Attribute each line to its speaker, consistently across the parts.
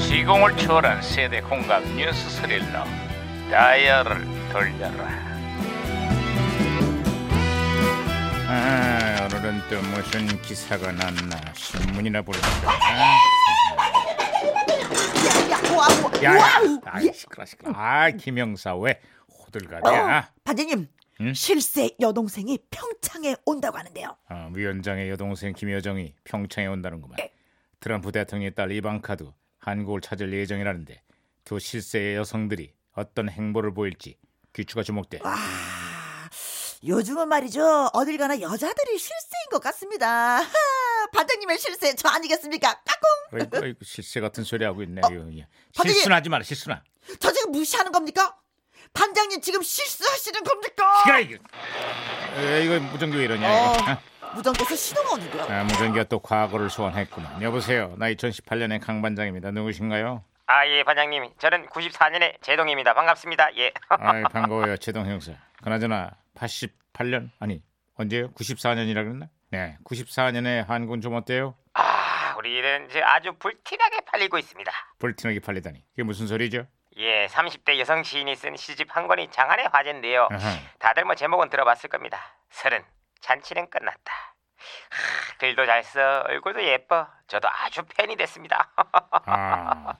Speaker 1: 시공을 초월한 세대 공감 뉴스 스릴러 다이얼을 돌려라 아, 오늘은 또 무슨 기사가 났나 신문이나 볼까
Speaker 2: 야,
Speaker 1: 야야
Speaker 2: 야, 와,
Speaker 1: 아이 시끄러 시끄러 아 김영사 왜
Speaker 2: 어.
Speaker 1: 호들갑이야
Speaker 2: 바지님
Speaker 1: 응?
Speaker 2: 실세 여동생이 평창에 온다고 하는데요.
Speaker 1: 어, 위원장의 여동생 김여정이 평창에 온다는구만
Speaker 2: 에.
Speaker 1: 트럼프 대통령의 딸 이방카도 한국을 찾을 예정이라는데 두 실세의 여성들이 어떤 행보를 보일지 귀추가 주목돼
Speaker 2: 와, 아, 요즘은 말이죠 어딜 가나 여자들이 실세인 것 같습니다. 하, 반장님의 실세 저 아니겠습니까? 까꿍.
Speaker 1: 뭐, 아이고, 아이고, 실세 같은 소리 하고 있네. 이거. 예.
Speaker 2: 선생님!
Speaker 1: 실수하지 마라 실수나.
Speaker 2: 저 지금 무시하는 겁니까? 반장님 지금 실수하시는 겁니까?
Speaker 1: 시가 이거. 에, 이거 무전기 왜 이러냐 이거.
Speaker 2: 어, 무전께서 신호가 오는데요.
Speaker 1: 아, 무전기가 또 과거를 소환했구만. 여보세요. 나 2018년의 강 반장입니다. 누구신가요?
Speaker 3: 아 예 반장님 저는 94년의 제동입니다 반갑습니다 예
Speaker 1: 아 반가워요 제동 형사. 그나저나 88년 아니 언제요? 94년이라 그랬나? 네, 94년에 한군 좀 어때요?
Speaker 3: 아, 우리는 이제 아주 불티나게 팔리고 있습니다
Speaker 1: 불티나게 팔리다니. 이게 무슨 소리죠?
Speaker 3: 예 30대 여성 시인이 쓴 시집 한 권이 장안의 화제인데요
Speaker 1: 아하.
Speaker 3: 다들 뭐 제목은 들어봤을 겁니다 서른 잔치는 끝났다 하, 글도 잘 써 얼굴도 예뻐 저도 아주 팬이 됐습니다 어,
Speaker 1: 아,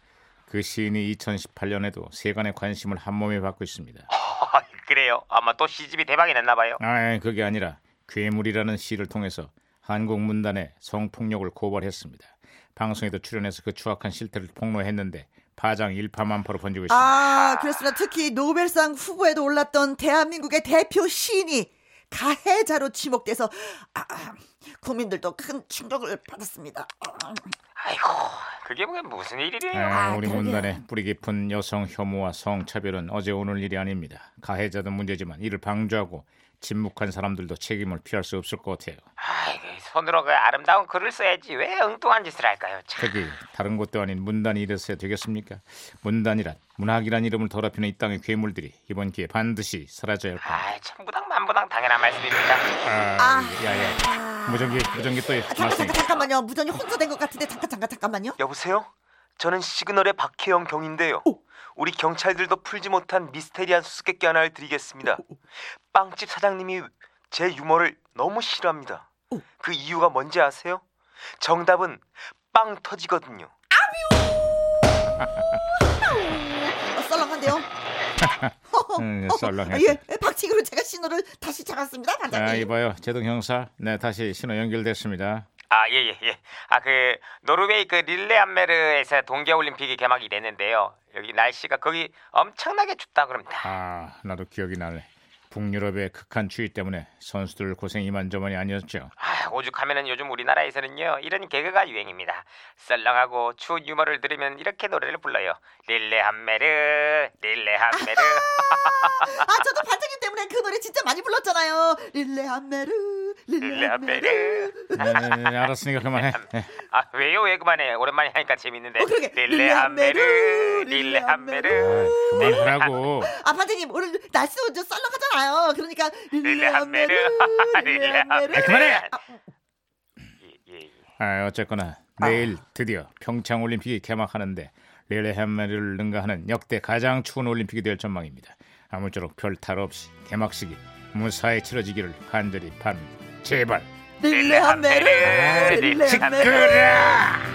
Speaker 1: 그 시인이 2018년에도 세간의 관심을 한 몸에 받고 있습니다.
Speaker 3: 그래요 아마 또 시집이 대박이 났나 봐요
Speaker 1: 아, 그게 아니라 괴물이라는 시를 통해서 한국 문단의 성폭력을 고발했습니다. 방송에도 출연해서 그 추악한 실태를 폭로했는데 파장 일파만파로 번지고 있습니다.
Speaker 2: 아, 그렇습니다. 특히 노벨상 후보에도 올랐던 대한민국의 대표 시인이 가해자로 지목돼서 아, 아, 국민들도 큰 충격을 받았습니다. 아,
Speaker 3: 아이고 그게 뭐 무슨 일이래요
Speaker 1: 아, 우리
Speaker 2: 그러게요.
Speaker 1: 문단의 뿌리 깊은 여성 혐오와 성차별은 어제 오늘 일이 아닙니다. 가해자도 문제지만 이를 방조하고 침묵한 사람들도 책임을 피할 수 없을 것 같아요.
Speaker 3: 아이 손으로 그 아름다운 글을 써야지 왜 엉뚱한 짓을 할까요 참.
Speaker 1: 특히 다른 곳도 아닌 문단이 이랬어야 되겠습니까? 문단이란 문학이란 이름을 더럽히는 이 땅의 괴물들이 이번 기회에 반드시 사라져야 할 겁니다.
Speaker 3: 아, 천부당 만부당 당연한 말씀입니다.
Speaker 1: 아, 야야. 무전기 무전기 또
Speaker 2: 잠깐,
Speaker 1: 말씀.
Speaker 2: 잠깐, 잠깐만요. 무전이 혼자 된 것 같은데 잠깐, 잠깐, 잠깐만요.
Speaker 3: 여보세요? 저는 시그널의 박혜영 경인데요. 우리 경찰들도 풀지 못한 미스테리한 수수께끼 하나를 드리겠습니다. 빵집 사장님이 제 유머를 너무 싫어합니다. 그 이유가 뭔지 아세요? 정답은 빵 터지거든요.
Speaker 2: 어, 썰렁한데요.
Speaker 1: 음, 썰렁해.
Speaker 2: 예, 박치기로 제가 신호를 다시 잡았습니다,
Speaker 1: 아,
Speaker 2: 반장님.
Speaker 1: 이봐요. 제동 형사. 네, 다시 신호 연결됐습니다.
Speaker 3: 아, 예, 예, 예. 아, 그 노르웨이 그 릴레암메르에서 동계 올림픽이 개막이 됐는데요. 여기 날씨가 거기 엄청나게 춥다 그럽니다.
Speaker 1: 아, 나도 기억이 나네. 북유럽의 극한 추위 때문에 선수들 고생 이만저만이 아니었죠.
Speaker 3: 아, 오죽하면은 요즘 우리나라에서는요 이런 개그가 유행입니다. 썰렁하고 추운 유머를 들으면 이렇게 노래를 불러요. 릴레함메르, 릴레함메르.
Speaker 2: 아, 저도 반장님 때문에 그 노래 진짜 많이 불렀잖아요. 릴레함메르, 릴레함메르.
Speaker 3: 릴레함메르.
Speaker 1: 네, 알았으니까 그만해. 네.
Speaker 3: 아 왜요 왜 그만해? 오랜만에 하니까 재밌는데.
Speaker 2: 어, 그러게.
Speaker 3: 릴레함메르,
Speaker 2: 릴레함메르.
Speaker 1: 아,
Speaker 3: 릴레함메르.
Speaker 1: 그만하라고.
Speaker 2: 아, 반장님 오늘 날씨 오늘 썰렁하잖아요. 그러니까 릴레함메르,
Speaker 3: 릴레함메르,
Speaker 2: 릴레함메르.
Speaker 1: 아, 그만해.
Speaker 3: 예, 예, 예.
Speaker 1: 아, 어쨌거나 내일 드디어 평창 올림픽이 개막하는데 릴레햄메를 능가하는 역대 가장 추운 올림픽이 될 전망입니다. 아무쪼록 별 탈 없이 개막식이 무사히 치러지기를 간절히 바랍니다. 제발.
Speaker 2: 릴레함메르,
Speaker 3: 릴레함메르.
Speaker 2: 네. 릴레함메르.
Speaker 1: 그래!